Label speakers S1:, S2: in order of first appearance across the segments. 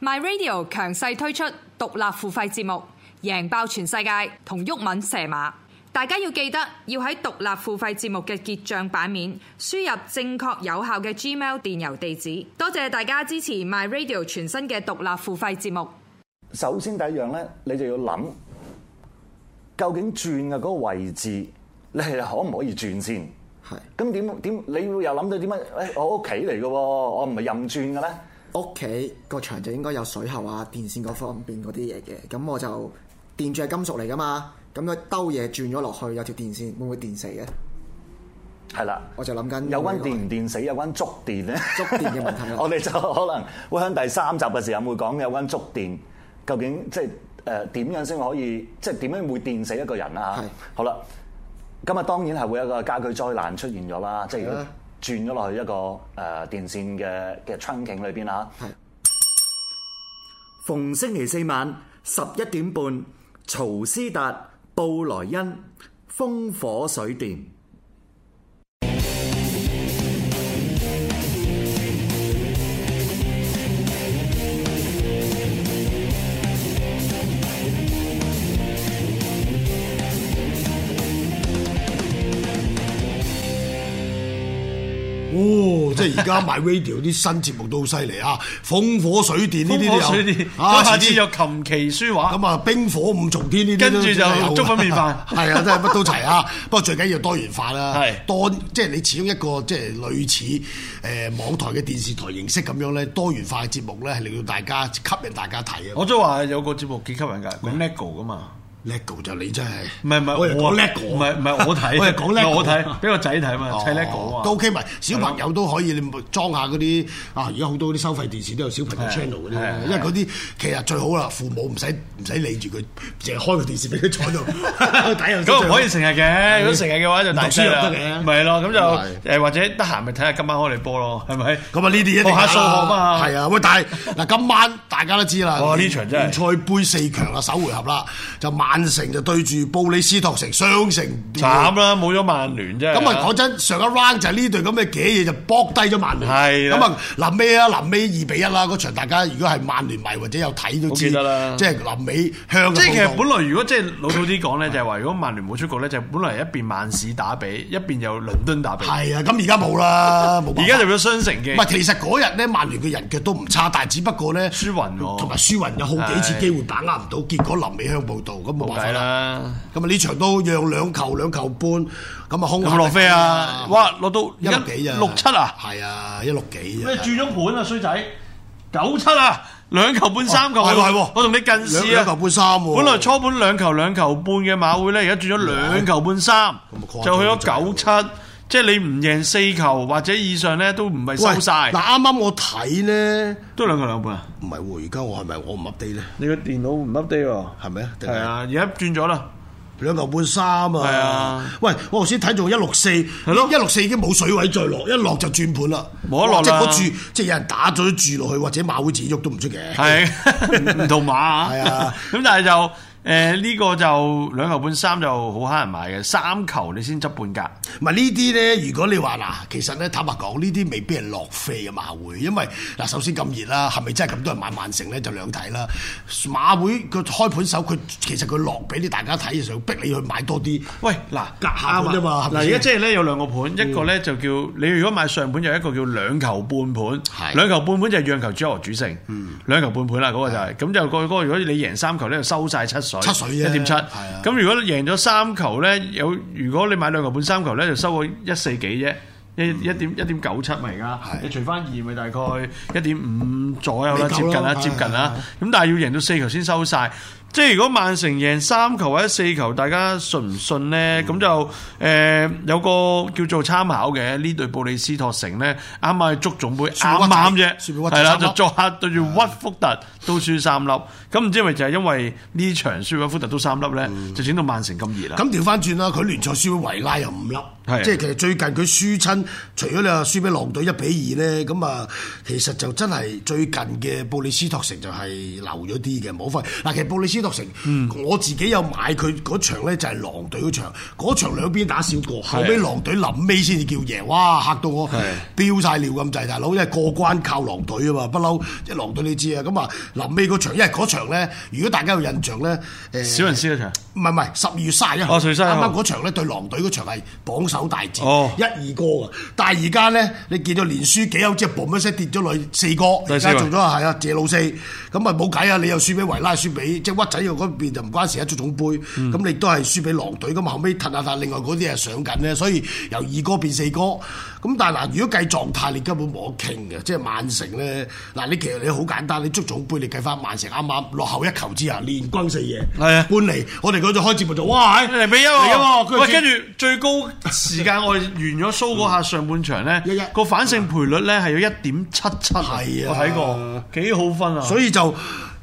S1: My Radio 強勢推出獨立付費節目，贏爆全世界同毓民射馬。大家要記得要喺獨立付費節目嘅結帳版面輸入正確有效嘅 Gmail 電郵地址。多謝大家支持 My Radio 全新嘅獨立付費節目。
S2: 首先第一樣咧，你就要諗究竟轉嘅嗰個位置，你係可唔可以轉先？
S3: 係
S2: 咁點點？你會又諗到點解？誒、我屋企嚟嘅喎，我唔係任轉嘅咧。
S3: 屋企個牆就應該有水喉啊、電線嗰方面嗰啲嘢嘅，咁我就電住係金屬嚟噶嘛，咁佢兜嘢轉咗落去有條電線，會唔會電死嘅？
S2: 係啦，
S3: 我就諗緊
S2: 有關電唔電死，有關觸電咧，
S3: 觸電嘅問題啊啦
S2: 我哋就可能會喺第三集嘅時候會講有關觸電，究竟即係誒點樣先可以，即係點樣會電死一個人啦
S3: 係
S2: 嚇。好啦，今日當然係會有一個家居災難出現咗啦，即係如
S3: 係
S2: 果
S3: 啊
S2: 轉咗落去一個誒電線嘅嘅窗景裏邊啊啦。
S3: 係
S4: 逢星期四晚十一點半，曹斯達、布萊恩，風火水電。
S5: 哦，即係而家買 radio 啲新節目都好犀利啊！風火水電呢啲都
S6: 風
S5: 有，
S6: 火水電，
S5: 啊
S6: 咁下次
S5: 遲啲
S6: 又琴棋書畫，
S5: 咁啊，冰火五重天呢啲
S6: 跟
S5: 都
S6: 住
S5: 真係
S6: 就
S5: 有
S6: 粥粉麵飯
S5: 係啊，真係乜都齊啊！不過最緊要多元化啦，
S6: 係
S5: 多即係你始終一個即係類似誒、呃、網台嘅電視台形式咁樣咧，多元化嘅節目咧係令到大家吸引大家睇啊！
S6: 我都話有個節目幾吸引㗎，講 lego 噶嘛。
S5: lego 就你真係
S6: 唔係唔係，
S5: 我又講
S6: 啊
S5: lego，
S6: 唔係唔係我 睇，
S5: 我又講 lego，
S6: 唔
S5: 啊
S6: 係我睇，俾個仔睇嘛，砌 lego
S5: 哦
S6: 啊
S5: 都 OK 埋，小朋友都可以，你咪裝下嗰啲啊！而家好多啲收費電視都有小朋友 channel 嗰啲
S6: 係
S5: 啊，因為嗰啲其實最好啦，父母唔使唔使理住佢，淨係開個電視俾佢坐喺 度睇下先最好。
S6: 咁唔可以成日嘅，如果成日嘅話就大劑啦
S5: 唔讀書又得嘅，
S6: 咪咯，咁
S5: 係
S6: 就誒或者得閒咪睇下今晚開嚟波咯，係咪？
S5: 咁啊！呢啲一定
S6: 學下數學啊嘛
S5: 係啊！喂，但係嗱，今晚大家都知啦，
S6: 哇呢場真係
S5: 聯賽杯四強啦，首回合啦，就曼城就對住布里斯托城，雙城
S6: 慘啦，冇咗曼聯啫。
S5: 咁啊，講真，上一 round 就係呢隊咁嘅嘅嘢就搏低咗曼聯。
S6: 係啦
S5: 咁啊，臨尾啊，臨尾二比一啦，嗰場大家如果係曼聯迷或者有睇都知，
S6: 好記得啦
S5: 即係臨尾香港。
S6: 即係其實本來如果即係老土啲講咧，就係話如果曼聯冇出局咧，就本來一邊曼市打比，一邊有倫敦打比，
S5: 係啊，咁而家冇啦，冇辦法。
S6: 而家就變咗雙城
S5: 唔係，
S6: 嘅。
S5: 其實嗰日咧，曼聯嘅人腳都唔差，但係只不過咧，
S6: 舒雲喎
S5: 同埋舒雲有好幾次機會把握唔到，結果臨尾香報道，咁冇
S6: 冇
S5: 辦法
S6: 計
S5: 啦。
S6: 啦，
S5: 咁啊，呢場都讓兩球兩球半，咁啊空
S6: 有冇落飛啊？哇，落到
S5: 一六幾啊，
S6: 六七啊！
S5: 係啊，一六幾啊
S6: 咩？轉咗盤啊，衰仔，九七啊，兩球半三球，
S5: 哦係喎係喎
S6: 我同你近
S5: 兩
S6: 視啊，
S5: 兩球半三喎
S6: 本來初盤兩球兩球半嘅馬會咧，而家轉咗兩球半三
S5: 咁，
S6: 就去
S5: 啊誇張
S6: 咗九七，即係你唔贏四球或者以上咧，都唔係收晒
S5: 喂，嗱，啱啱我睇咧，
S6: 都兩球兩半啊！
S5: 唔係喎，而家我係咪我唔 update 咧？
S6: 你個電腦唔 update 喎？
S5: 係咪啊？定
S6: 係啊，而家轉咗啦，
S5: 兩嚿半三啊！
S6: 係啊！
S5: 喂，我頭先睇中一六四，係
S6: 咯
S5: 一六四已經冇水位再落，一落就轉盤啦，
S6: 冇得落啦
S5: 哇即係嗰注，即係有人打咗啲注落去，或者馬會自己喐都唔出嘅。
S6: 係唔唔同馬
S5: 係
S6: 啊
S5: 啊。
S6: 咁但係就誒呢個就兩球半三就好蝦人買嘅，三球你先執半格。
S5: 唔係呢啲咧，如果你話嗱，其實咧坦白講，呢啲未必係落飛嘅馬會，因為嗱首先咁熱啦，係咪真係咁多人買曼城咧就兩睇啦。馬會佢開盤手佢其實佢落俾你大家睇，想逼你去買多啲。
S6: 喂，嗱，
S5: 隔下盤啫嘛係
S6: 嗱，
S5: 咪
S6: 而
S5: 先
S6: 家即係咧有兩個盤，一個咧就叫你如果買上盤，有一個叫兩球半盤，
S5: 係
S6: 兩球半盤就係讓球主和主勝，兩球半盤啦嗰個就係，咁就個嗰個如果你贏三球咧就收晒七水，
S5: 七水
S6: 一
S5: 啫
S6: 點七，
S5: 係啊
S6: 咁如果贏咗三球咧，有如果你買兩球半三球咧就收個一四幾啫。一一點一點九七咪而家，你除翻二咪大概一點五左右啦，
S5: 未夠
S6: 接近啦，
S5: 啦
S6: 接近啦
S5: 係係。
S6: 咁但係要贏到四球先收晒。即係如果曼城贏三球或者四球，大家信唔信
S5: 嗯
S6: 呢？咁、就誒、呃有個叫做參考嘅呢隊布里斯托城呢，啱啱係足總杯
S5: 輸俾
S6: 啱
S5: 屈仔輸俾
S6: 啱啫，
S5: 屈仔
S6: 係啦，
S5: 三粒
S6: 就作客對住屈福特都輸三粒。咁唔知係咪就係因為呢場輸屈福特都三粒呢，就整到曼城咁熱啊啦。
S5: 嗯咁調翻轉啦，佢聯賽輸俾維拉又五粒
S6: 係啊，
S5: 即係其實最近佢輸親，除咗你話輸俾狼隊一比二咧，咁啊，其實就真係最近嘅布里斯托城就係流咗啲嘅，冇分。嗱，其實布里斯斯托城，
S6: 嗯
S5: 我自己有買佢嗰場咧，就係狼隊嗰場，嗰場兩邊打少個，後尾狼隊臨尾先至叫贏，哇嚇到我飆晒尿咁滯，大佬，因為過關靠狼隊啊嘛，不嬲，即係狼隊你知啊，咁啊臨尾嗰場，因為嗰場咧，如果大家有印象咧，誒
S6: 小人師嗰場，
S5: 唔係唔係，十二月卅一
S6: 哦12月31
S5: 啱
S6: 號
S5: 啱嗰場咧對狼隊嗰場係榜首大戰，
S6: 哦
S5: 一二哥嘅。但係而家咧，你見到連輸幾口之後，嘣一聲跌咗落去四哥，
S6: 第
S5: 而
S6: 四
S5: 家
S6: 位
S5: 做咗係啊謝老四，咁啊冇計啊！你又輸俾維拉，輸俾即係屈仔嗰邊就唔關事啊，足總杯，咁、
S6: 嗯
S5: 你都係輸俾狼隊，咁後尾褪下褪，另外嗰啲係上緊咧，所以由二哥變四哥。咁但係嗱，如果計狀態，你根本冇得傾嘅，即係曼城咧嗱，你其實你好簡單，你足總杯你計翻曼城啱啱落後一球之下，連軍四嘢，
S6: 係啊
S5: 搬嚟，我哋嗰度開節目就哇，哎唉
S6: 嚟俾優
S5: 嚟啊
S6: 喎，喂，跟
S5: 住
S6: 住最高時間我哋完咗 show 嗰下上半場
S5: 日日
S6: 咧，個反勝賠率咧係有一點七七，
S5: 係啊
S6: 我睇過，幾好分啊！
S5: 所以就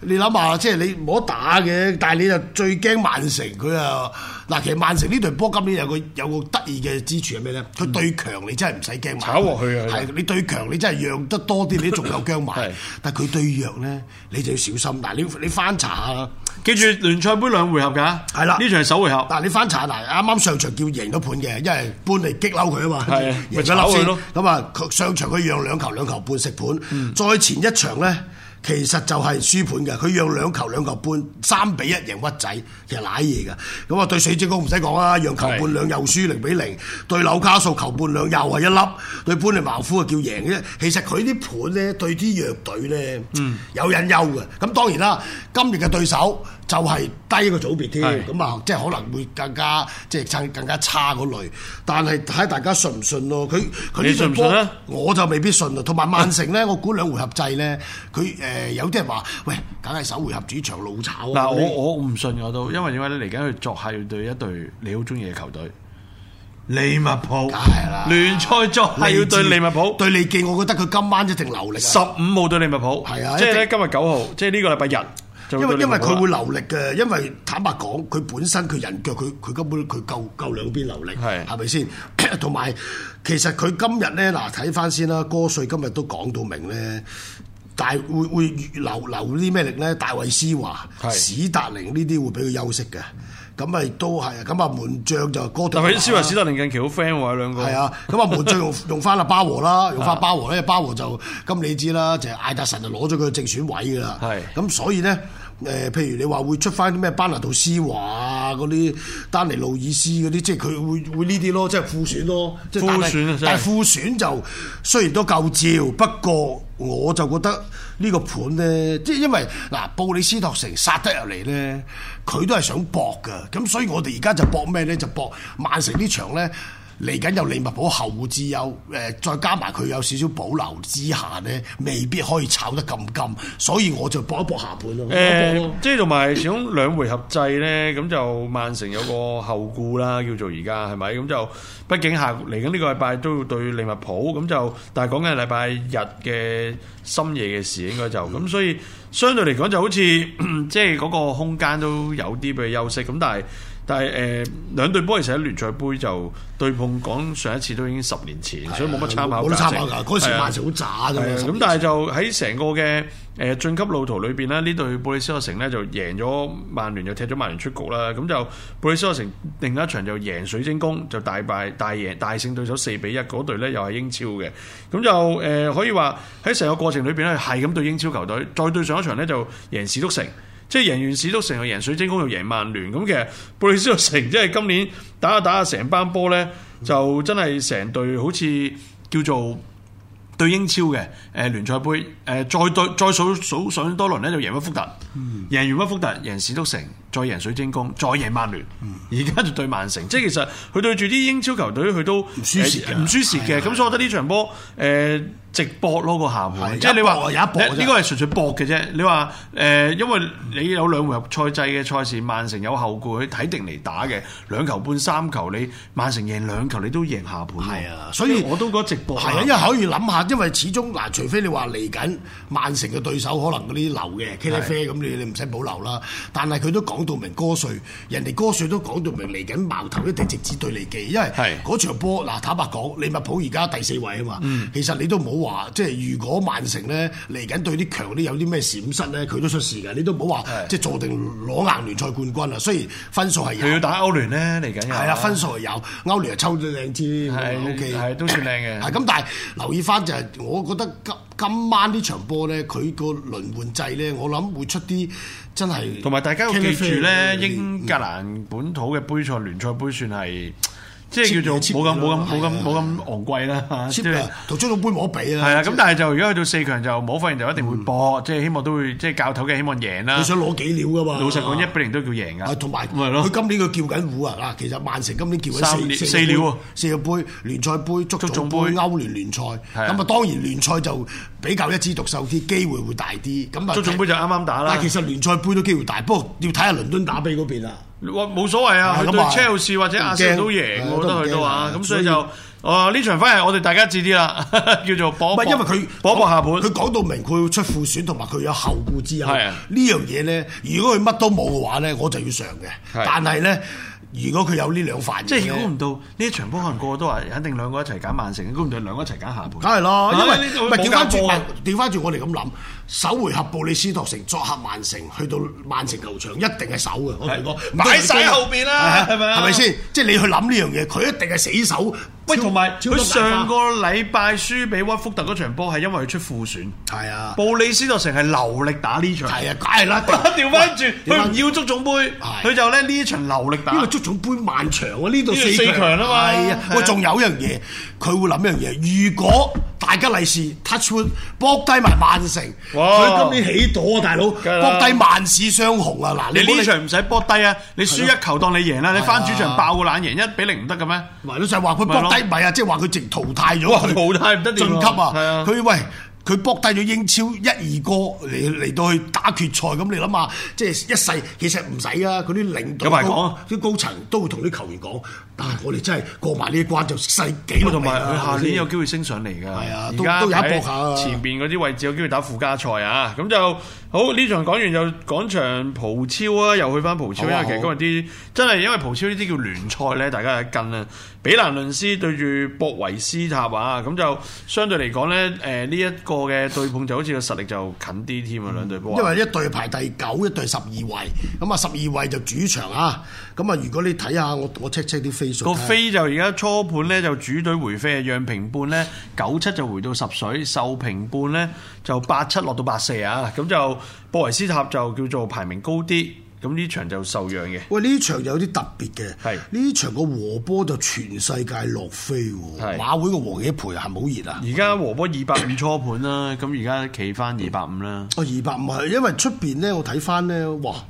S5: 你諗下，即係你冇得打嘅，但係你就最驚曼城佢啊！嗱，其實曼城呢隊波今年有個有個得意嘅之處係咩咧？佢對強你真係唔使驚買，
S6: 炒鑊佢啊
S5: 係你對強你真係讓得多啲，你都仲有 姜買。但係佢對弱咧，你就要小心。嗱，你你翻查下啦。
S6: 記住聯賽杯兩回合㗎，
S5: 係啦
S6: 呢場係首回合。
S5: 嗱，你翻查嗱，啱啱上場叫贏咗盤嘅，因為搬嚟激嬲佢啊嘛，
S6: 係啊咪
S5: 贏咗
S6: 炒
S5: 粒
S6: 佢
S5: 先
S6: 咯。嗯
S5: 咁啊，佢上場佢讓兩球兩球半食盤，再前一場咧。其實就係輸盤嘅，佢讓兩球兩球半三比一贏屈仔，其實賴嘢嘅。咁啊對水晶宮唔使講啦，讓球半兩又輸零比零，對紐卡素球半兩又係一粒，對般尼茅夫啊叫贏嘅啫。其實佢啲盤咧對啲弱隊咧、
S6: 嗯
S5: 有隱憂嘅。咁當然啦，今日嘅對手就係低個組別添，
S6: 係
S5: 咁咁啊，即係可能會更加即係更更加差嗰類，但係睇下大家信唔信咯。佢佢
S6: 你
S5: 呢隊
S6: 信唔信
S5: 波
S6: 啊
S5: 我就未必信啦。同埋曼城咧，我估兩回合制咧，佢誒、呃有啲人話：喂，梗係首回合主場老炒啊！
S6: 嗱，
S5: 嗰啲
S6: 我我唔信我都，因為點解咧？嚟緊佢作客要對一隊你好中意嘅球隊，利物浦。
S5: 梗係啦
S6: 聯賽作客要對利物浦，
S5: 對利記，我覺得佢今晚一定流力啊
S6: 十五號對利物浦，
S5: 係啊
S6: 即係
S5: 一
S6: 咧
S5: 定
S6: 今日九號，即係呢個禮拜日就
S5: 因
S6: 會
S5: 為
S6: 對利
S5: 因
S6: 物
S5: 為
S6: 浦啦
S5: 佢會流力嘅，因為坦白講，佢本身佢人腳佢佢根本佢夠夠兩邊流力，
S6: 係
S5: 係咪先？ 同埋其實佢今日咧嗱睇翻先啦，哥帥今日都講到明咧。大會會留留啲咩力咧？大衛斯華、
S6: 係
S5: 史達寧呢啲會俾佢休息嘅，咁咪都係咁啊！門將就哥特
S6: 但
S5: 拿啦，
S6: 係斯維斯特靈近期好 friend 喎，兩個
S5: 係，啊，咁啊門將 用用翻阿巴和啦，
S6: 啊
S5: 用翻巴和咧，巴和就咁你知啦，就係艾達臣就攞咗佢正選位㗎啦。
S6: 係
S5: 咁所以咧，誒、譬如你話會出翻啲咩班拿杜斯華啊，嗰啲丹尼路爾斯嗰啲，即係佢會會呢啲咯，即係副選咯。即係但係
S6: 副選啊真係
S5: 但係副選就雖然都夠照，不過我就覺得呢個盤咧，即係因為嗱，布里斯托城殺得入嚟咧，佢都係想搏㗎，咁所以我哋而家就搏咩咧？就搏曼城呢場咧。嚟緊有利物浦後顧之憂，誒、再加埋佢有少少保留之下咧，未必可以炒得咁金，所以我就搏一搏下盤咯。搏一搏咯
S6: 呃誒，即係同埋始終兩回合制咧，咁就曼城有個後顧啦，叫做而家係咪？咁就畢竟下嚟緊呢個禮拜都要對利物浦，咁就但係講緊係禮拜日嘅深夜嘅事，應該就
S5: 嗯
S6: 咁，所以相對嚟講就好似嗯即係嗰個空間都有啲俾佢休息，咁但係。但係誒、呃兩隊波其實喺聯賽杯就對碰，講上一次都已經十年前，所以冇乜參考
S5: 冇得
S6: 價
S5: 參
S6: 值
S5: 考㗎，嗰時
S6: 係啊
S5: 曼城好渣㗎
S6: 係啊
S5: 嘛。十
S6: 咁
S5: 年
S6: 但係就喺成個嘅誒晉級路途裏邊咧，呢隊布里斯托城咧就贏咗曼聯，又踢咗曼聯出局啦。咁就布里斯托城另一場就贏水晶宮，就大敗大贏大勝對手四比一。嗰隊咧又係英超嘅，咁就誒、呃可以話喺成個過程裏邊咧係咁對英超球隊，再對上一場咧就贏史篤城。即係贏完史篤城又贏水晶宮又贏曼聯，咁其實布里斯托城即係今年打下打下成班波咧，就真係成隊好似叫做對英超嘅誒、聯賽杯誒、再對再數數上多輪咧就贏屈福特，
S5: 嗯
S6: 贏完屈福特贏史篤城，再贏水晶宮，再贏曼聯，
S5: 嗯
S6: 而家、就對曼城，即係其實佢對住啲英超球隊佢都唔
S5: 輸蝕啊㗎
S6: 唔輸蝕嘅，咁所以我覺得呢場波誒、直播咯個下盤，
S5: 係
S6: 即係你話
S5: 有一搏有一搏
S6: 呢
S5: 㗎啫
S6: 呢個係純粹搏嘅啫。你話誒、呃因為你有兩回合賽制嘅賽事，曼城有後顧，佢睇定嚟打嘅兩球半三球，你曼城贏兩球，你都贏下盤喎。
S5: 係啊所以
S6: 我都覺得直播
S5: 係啊，因為可以諗下，因為始終嗱，除非你話嚟緊曼城嘅對手可能嗰啲流嘅 K 喱啡咁，你你唔使保留啦。但係佢都講到明歌帥，人哋歌帥都講到明嚟緊矛頭一定直指對利記，因為
S6: 係嗯
S5: 嗰場波嗱坦白講，利物浦而家第四位啊嘛，其實你都唔好唔好話，即係如果曼城咧嚟緊對啲強啲有啲咩閃失咧，佢都出事嘅。你都唔好話即係坐定攞硬聯賽冠軍啊！雖然分數係有
S6: 佢要。打歐聯咧，嚟緊又
S5: 係啦，分數係有，歐聯係抽咗靚添
S6: 啊係
S5: ，OK，
S6: 係都算靚嘅
S5: 係咁，但係留意翻就係，我覺得今今晚呢場波咧，佢個輪換制咧，我諗會出啲真係
S6: 同埋大家要記住咧，
S5: 嗯
S6: 英格蘭本土嘅杯賽聯賽杯算係即係叫做
S5: cheap
S6: 冇咁
S5: 嘅
S6: 冇
S5: 咯
S6: 咁冇咁
S5: 係啊
S6: 冇咁昂貴啦，即
S5: cheap
S6: 係
S5: 啊，同中老杯冇得比啊。
S6: 係啦。咁但係就如果去到四強就冇發現就一定會搏，即係希望都會即係教頭嘅希望贏啦
S5: 佢。嗯想攞幾料噶嘛？
S6: 老實講，一比零都叫贏㗎。
S5: 啊，同埋
S6: 咪係咯
S5: 佢。今年佢叫緊糊啊！嗱，其實曼城今年叫
S6: 三
S5: 緊
S6: 年
S5: 四
S6: 四料啊，
S5: 四個杯聯賽杯、足
S6: 足總
S5: 總
S6: 杯
S5: 杯、歐聯聯賽。
S6: 係啊
S5: 咁啊，當然聯賽就比較一枝獨秀啲，機會會大啲。咁啊，
S6: 足總杯就啱啱打啦
S5: 但其實聯賽杯都機會大，不過要睇下倫敦打比嗰邊啦。
S6: 哇冇所謂啊，
S5: 係
S6: 佢
S5: 咁
S6: 對
S5: 話
S6: 車路士或者阿仙奴都贏，
S5: 唔驚
S6: 我覺得佢都話，
S5: 係啊都唔驚
S6: 咁所以
S5: 係
S6: 就哦呢場反而我哋大家知啲啦， 叫做
S5: 唔
S6: 搏
S5: 係
S6: 一
S5: 因為
S6: 搏
S5: 佢
S6: 搏一搏下盤，
S5: 佢講到明佢要出副選，同埋佢有後顧之憂。
S6: 係
S5: 呢
S6: 啊
S5: 樣嘢咧，如果佢乜都冇嘅話咧，我就要上嘅。
S6: 係
S5: 但係咧，如果佢有呢兩塊嘢呢，
S6: 即係估唔到呢一場波可能個個都話肯定兩個一齊揀曼城，估唔到兩個一齊揀下盤。啊
S5: 梗係啦，因
S6: 呢
S5: 為
S6: 度
S5: 唔係調翻
S6: 冇啊
S5: 轉
S6: 教波，
S5: 調翻轉我哋咁諗，首回合布里斯托城作客曼城，去到曼城球場一定係守嘅，我同你講，唔
S6: 擺
S5: 得佢
S6: 晒
S5: 驚
S6: 後邊啦
S5: 係
S6: 係咪啊
S5: 係咪先？即係你去諗呢樣嘢，佢一定係死守。
S6: 喂，
S5: 超
S6: 同埋
S5: 超級
S6: 佢上個
S5: 大
S6: 禮拜輸俾屈福特嗰場波係因為佢出副選，
S5: 花係啊，
S6: 布里斯托城係流力打呢場。
S5: 係啊，梗係 啦。
S6: 調翻轉，
S5: 喂
S6: 佢唔要足總杯，佢就咧呢一場流力打。
S5: 因為足總杯漫長啊，呢度
S6: 呢度
S5: 四
S6: 四強啊
S5: 係
S6: 嘛
S5: 啊
S6: 係啊，
S5: 我仲有一樣嘢，佢會諗一樣嘢。如果大家利是 touch wood，搏低埋曼城，
S6: 哇
S5: 佢今年起朵啊，大佬，
S6: 梗係啦
S5: 搏低萬市雙雄啊！嗱，
S6: 你
S5: 冇
S6: 呢場唔使波低啊，你輸一球當你贏啦，你
S5: 係啊
S6: 翻主場爆個冷贏一比零唔得嘅咩？
S5: 咪咯，就係話佢搏低，唔係啊，即係話佢直淘汰咗
S6: 哇
S5: 佢，
S6: 淘汰唔得掂
S5: 晉
S6: 喎
S5: 級
S6: 係啊
S5: 啊！佢喂。佢搏低咗英超一二個嚟嚟到去打決賽，咁你諗下，即係一世其實唔使啊！嗰啲領導
S6: 有排講啊
S5: 啲高層都會同啲球員講，但係我哋真係過埋呢一關就世紀
S6: 咁
S5: 咯。
S6: 啊同埋佢下年有
S5: 啊係咪
S6: 機會升上嚟㗎，
S5: 係啊
S6: 而
S5: 都
S6: 家
S5: 都有一
S6: 睇
S5: 搏下啊
S6: 前邊嗰啲位置有機會打附加賽啊，咁就好呢場講完就講場葡超啊，又去翻葡超，因
S5: 好啊
S6: 為其實今日啲真係因為葡超呢啲叫聯賽咧，大家有得跟啊。比蘭倫斯對住博維斯塔啊，咁就相對嚟講咧，誒呢一個嘅對碰就好似個實力就近啲添啊，兩隊波啊。
S5: 因為一隊排第九，一隊十二位，咁啊十二位就主場啊，咁啊如果你睇下我我 check check 啲啊飛數，
S6: 個飛就而家初盤咧就主隊回飛，讓平半咧九七就回到十水，受平半咧就八七落到八四啊，咁就布維斯塔就叫做排名高啲，咁呢場就受讓嘅。
S5: 喂，呢場有啲特別嘅，
S6: 係
S5: 呢場個和波就全世界落飛
S6: 係
S5: 喎，
S6: 嗯
S5: 馬會個黃野培係咪好熱啊？
S6: 而家和波二百五初盤啦，咁而家企翻二百五啦，
S5: 哦，二百五係，因為出邊咧，我睇翻咧，哇，好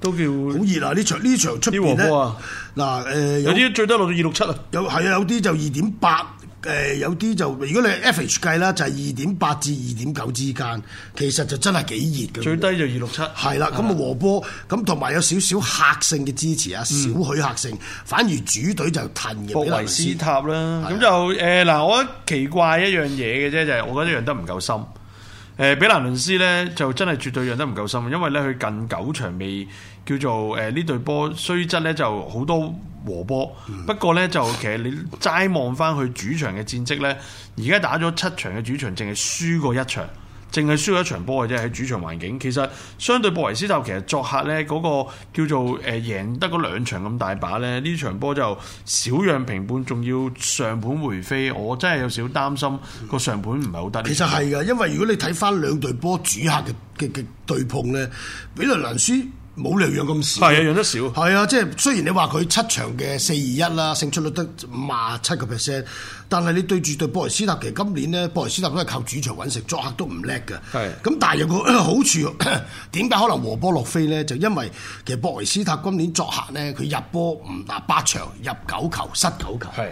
S6: 都叫有
S5: 熱啊！呢場呢場出邊
S6: 啲
S5: 咧，
S6: 和波啊
S5: 嗱誒有
S6: 啲最低落到二六七啊。
S5: 有係啊，有啲就二點八。誒有啲就如果你 average 計啦，就係二點八至二點九之間，其實就真係幾熱嘅。
S6: 最低就二六七，
S5: 係啦，咁啊和波，咁同埋有少少客性嘅支持啊，少許客性，反而主隊就褪嘅。
S6: 嗯博
S5: 比
S6: 維
S5: 利
S6: 斯
S5: 斯
S6: 塔啦，咁就誒嗱，我覺得奇怪一樣嘢嘅啫，就係我覺得讓得唔夠深。誒，比蘭倫斯咧就真係絕對讓得唔夠深，因為咧佢近九場未叫做誒呢隊波雖則咧就好多和波，
S5: 嗯
S6: 不過咧就其實你齋望翻佢主場嘅戰績咧，而家打咗七場嘅主場，淨係輸過一場。淨係輸咗一場波嘅啫，喺主場環境。其實相對布維斯塔其實作客呢嗰、個叫做誒、呃、贏得嗰兩場咁大把呢，呢場波就少讓平半，仲要上盤回飛，我真係有少少擔心個上盤唔係好得呢。
S5: 其實係嘅，因為如果你睇翻兩隊波主客嘅嘅嘅對碰咧，比利蘭斯冇兩樣咁少。
S6: 係啊，讓得少。
S5: 係啊，即係雖然你話佢七場嘅四二一啦，勝出率得五七個 percent，但係你對住對波維斯塔，其實今年咧波維斯塔都係靠主場揾食，作客都唔叻嘅。
S6: 係
S5: 咁，但係有個 好處，點解可能和波落飛咧？就因為其實波維斯塔今年作客咧，佢入波唔嗱八場入九球，失九球。
S6: 係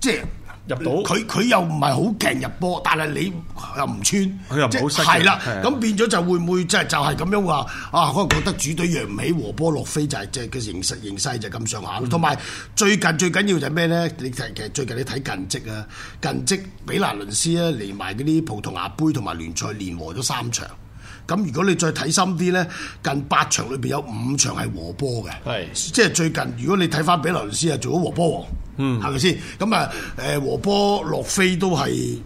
S5: 即係。
S6: 入到
S5: 佢佢又唔係好勁入波，但係你又唔穿，
S6: 佢又唔好
S5: 即係
S6: 失嘅
S5: 係啦
S6: 係啊，
S5: 咁變咗就會唔會即係就係咁樣話啊？可能覺得主隊揚唔起和波落飛就係即係嘅形勢形勢就咁上
S6: 嗯
S5: 下咯。同埋最近最緊要就係咩咧？你睇其實最近你睇近績啊，近績比拿倫斯咧連埋嗰啲葡萄牙杯同埋聯賽連和咗三場。咁如果你再睇深啲咧，近八場裏邊有五場係和波嘅，
S6: 係
S5: 即係最近如果你睇翻比拿呃倫斯啊，做咗和波王，嗯，係咪先？咁啊誒和波落飛都係。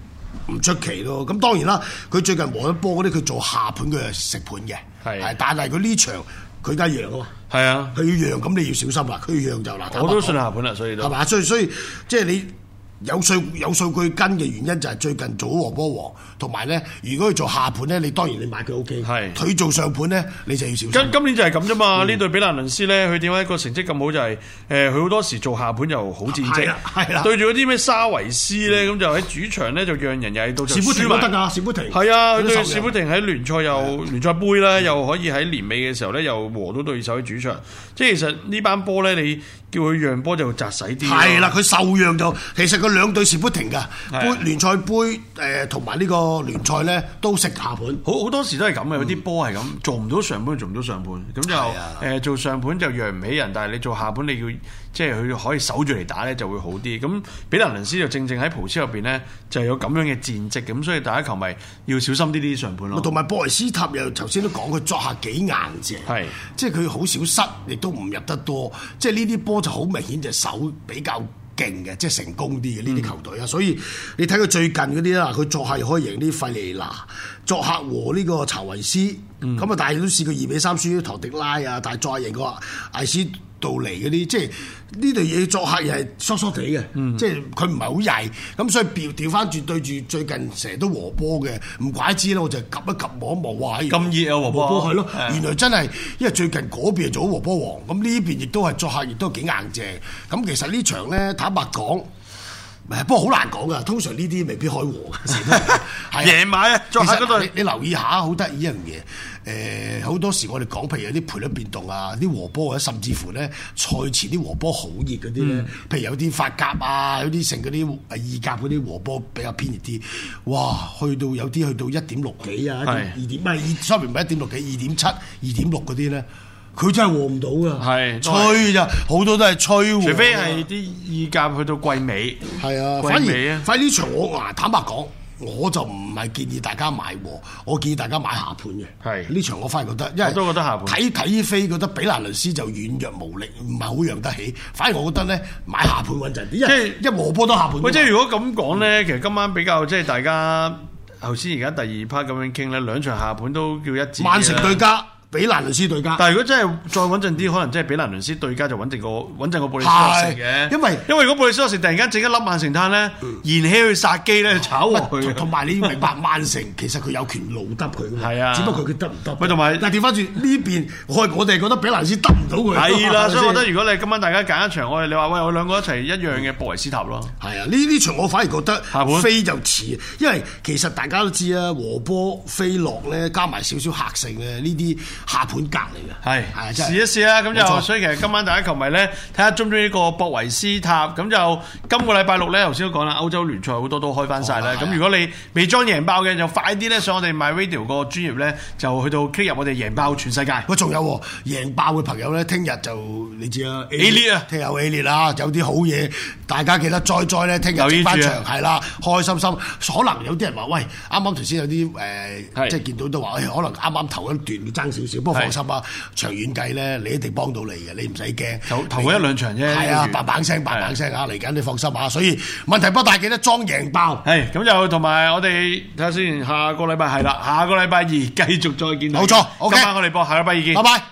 S5: 唔出奇咯。咁當然啦，佢最近和一波嗰啲，佢做下盤佢係食盤嘅，
S6: 係
S5: 係但係佢呢場佢梗係讓啊嘛，
S6: 係啊，
S5: 佢要讓咁你要小心啦，佢要讓就嗱，
S6: 我都
S5: 坦
S6: 信啊
S5: 白講
S6: 下盤啦，所以
S5: 係
S6: 都
S5: 嘛？所以所以即係你有數有數據跟嘅原因就係最近做和波王，同埋咧，如果佢做下盤咧，你當然你買佢 O K。
S6: 係
S5: 佢做上盤咧，你就要小心。
S6: 今今年就係咁啫嘛。呢隊比蘭倫斯咧，佢點解個成績咁好就係誒佢好多時做下盤又好戰
S5: 係
S6: 績
S5: 啦係，啊嗯啦
S6: 對住嗰啲咩沙維斯咧，咁就喺主場咧就讓人曳到就
S5: 士砵
S6: 輸
S5: 亭都得
S6: 埋。
S5: 㗎，士砵亭
S6: 係啊，
S5: 佢
S6: 佢
S5: 都
S6: 對
S5: 受啊
S6: 士
S5: 讓
S6: 砵亭喺聯賽又聯賽杯啦，又可以喺年尾嘅時候咧又和到對手喺主場。即係其實呢班波咧，你叫佢讓波就擲使啲咯。
S5: 係啦，佢受讓就其實佢兩隊士砵亭㗎，
S6: 係啊
S5: 杯聯賽杯誒同埋呢個聯賽咧都食下盤。
S6: 好好多時都係咁嘅，有啲波係咁，做唔到上盤就做唔到上盤，咁就誒、
S5: 嗯啊
S6: 呃做上盤就讓唔起人，但係你做下盤你要即係佢可以守住嚟打咧就會好啲。咁比蘭倫斯就正正喺葡超入邊咧就有咁樣嘅戰績，咁所以大家球迷要小心啲呢啲上盤咯。
S5: 同埋博維斯塔又頭先都講佢作客幾硬淨，
S6: 係
S5: 即係佢好少失，亦都唔入得多，即係呢啲波就好明顯就手比較勁嘅，即係成功啲嘅呢啲球隊啊。
S6: 嗯
S5: 所以你睇佢最近嗰啲啦，佢作客又可以贏啲費利拿，作客和呢個查維斯，咁啊、
S6: 嗯
S5: 但係都試過二比三輸咗唐迪拉啊，但係再贏過艾斯。道嚟嗰啲，即係呢隊嘢作客又係疏疏地嘅，
S6: 嗯
S5: 即係佢唔係好曳，咁所以調調翻轉對住最近成日都和波嘅，唔怪之啦，我就 𥄫 一 𥄫 望一望，哇！
S6: 咁熱啊和波
S5: 係咯，
S6: 係
S5: 原來真係因為最近嗰邊做咗和波王，咁呢邊亦都係作客，亦都幾硬淨。咁其實呢場咧，坦白講。誒不過好難講噶，通常呢啲未必開和嘅，成日 都係係啊
S6: 夜晚啊作客嗰隊
S5: 其實你你留意下，好得意一樣嘢。誒、好多時我哋講，譬如有啲賠率變動啊，啲和波啊，甚至乎咧賽前啲和波好熱嗰啲
S6: 嗯
S5: 咧，譬如有啲法甲啊，有啲成嗰啲誒意甲嗰啲和波比較偏熱啲，哇！去到有啲去到一點六幾啊，
S6: 係
S5: 二點唔係 sorry 唔係一點六幾，二點七、二點六嗰啲咧，佢真係和唔到噶，
S6: 係都係
S5: 吹咋，好多都係吹和㗎。
S6: 除非係啲意甲去到季尾，
S5: 係啊，
S6: 季
S5: 反
S6: 尾
S5: 而
S6: 啊
S5: 反而呢場我嗱坦白講，我就唔係建議大家買和，我建議大家買下盤嘅。
S6: 係
S5: 呢場我反而覺得，因為
S6: 我都覺得下盤
S5: 睇睇飛覺得比蘭倫斯就軟弱無力，唔係好讓得起。反而我覺得咧買下盤穩陣啲，因為一和波都下盤㗎嘛。
S6: 喂，即係如果咁講咧，其實今晚比較即係大家頭先而家第二 part 咁樣傾咧，兩場下盤都叫一致嘅啦。
S5: 曼城對家，比蘭倫斯對家。
S6: 啊但係如果真係再穩陣啲，可能真係比蘭倫斯對家就穩陣過穩陣過布里斯托城
S5: 係
S6: 嘅，
S5: 因為
S6: 因為如果嗯布里斯托城突然間整一粒曼城炭咧，燃起去殺機咧，炒啊
S5: 喂
S6: 鑊
S5: 同
S6: 佢嘅
S5: 同。埋你要明白，曼城其實佢有權怒得佢㗎嘛
S6: 係啊
S5: 只不過佢得唔得？
S6: 喂同埋
S5: 但係調翻轉呢邊，我我哋覺得比蘭斯得唔到佢。
S6: 係啦，
S5: 係咪
S6: 所以我
S5: 先
S6: 覺得如果你今晚大家揀一場，我哋你話喂，我兩個一齊一樣嘅布維斯塔咯，
S5: 係啊，呢呢場我反而覺得
S6: 下盤
S5: 飛就似，因為其實大家都知啦，和波飛落咧，加埋少少客性咧，呢啲下盤格嚟嘅。
S6: 係
S5: 係啊真
S6: 試
S5: 係
S6: 一試啦。咁
S5: 冇錯
S6: 就所以其實今晚大家球迷咧，睇下中唔中意呢個博維斯塔。咁就今個禮拜六咧，頭先都講啦，歐洲聯賽好多都開翻晒啦。
S5: 哦係啊
S6: 咁如果你未裝贏爆嘅，就快啲咧上我哋 MyRadio 個專業咧，就去到 click 入我哋贏爆全世界。
S5: 喂，仲有喎贏爆嘅朋友咧，聽日就你知啦
S6: A 列啊
S5: 聽日有 A 列啦，有啲好嘢，大家記得再再咧，聽日
S6: 留意
S5: 整翻
S6: 住
S5: 場
S6: 啊
S5: 係啦，開心心。可能有啲人話喂，啱啱頭先有啲誒，
S6: 係
S5: 即係見到都話，誒可能啱啱頭一段爭少少，不過
S6: 係
S5: 放心啊，長遠計咧，你一定幫到你嘅，你唔使驚。
S6: 頭頭嗰一兩場啫
S5: 係啊，
S6: 跟住
S5: 叭叭聲，叭叭聲啊，嚟緊你放心啊，所以問題不大，記得裝贏爆。
S6: 係咁就同埋我哋睇下先，下個禮拜係啦，下個禮拜二繼續再見。
S5: 冇錯，OK
S6: 今晚我哋播下個禮拜二見。
S5: 拜拜。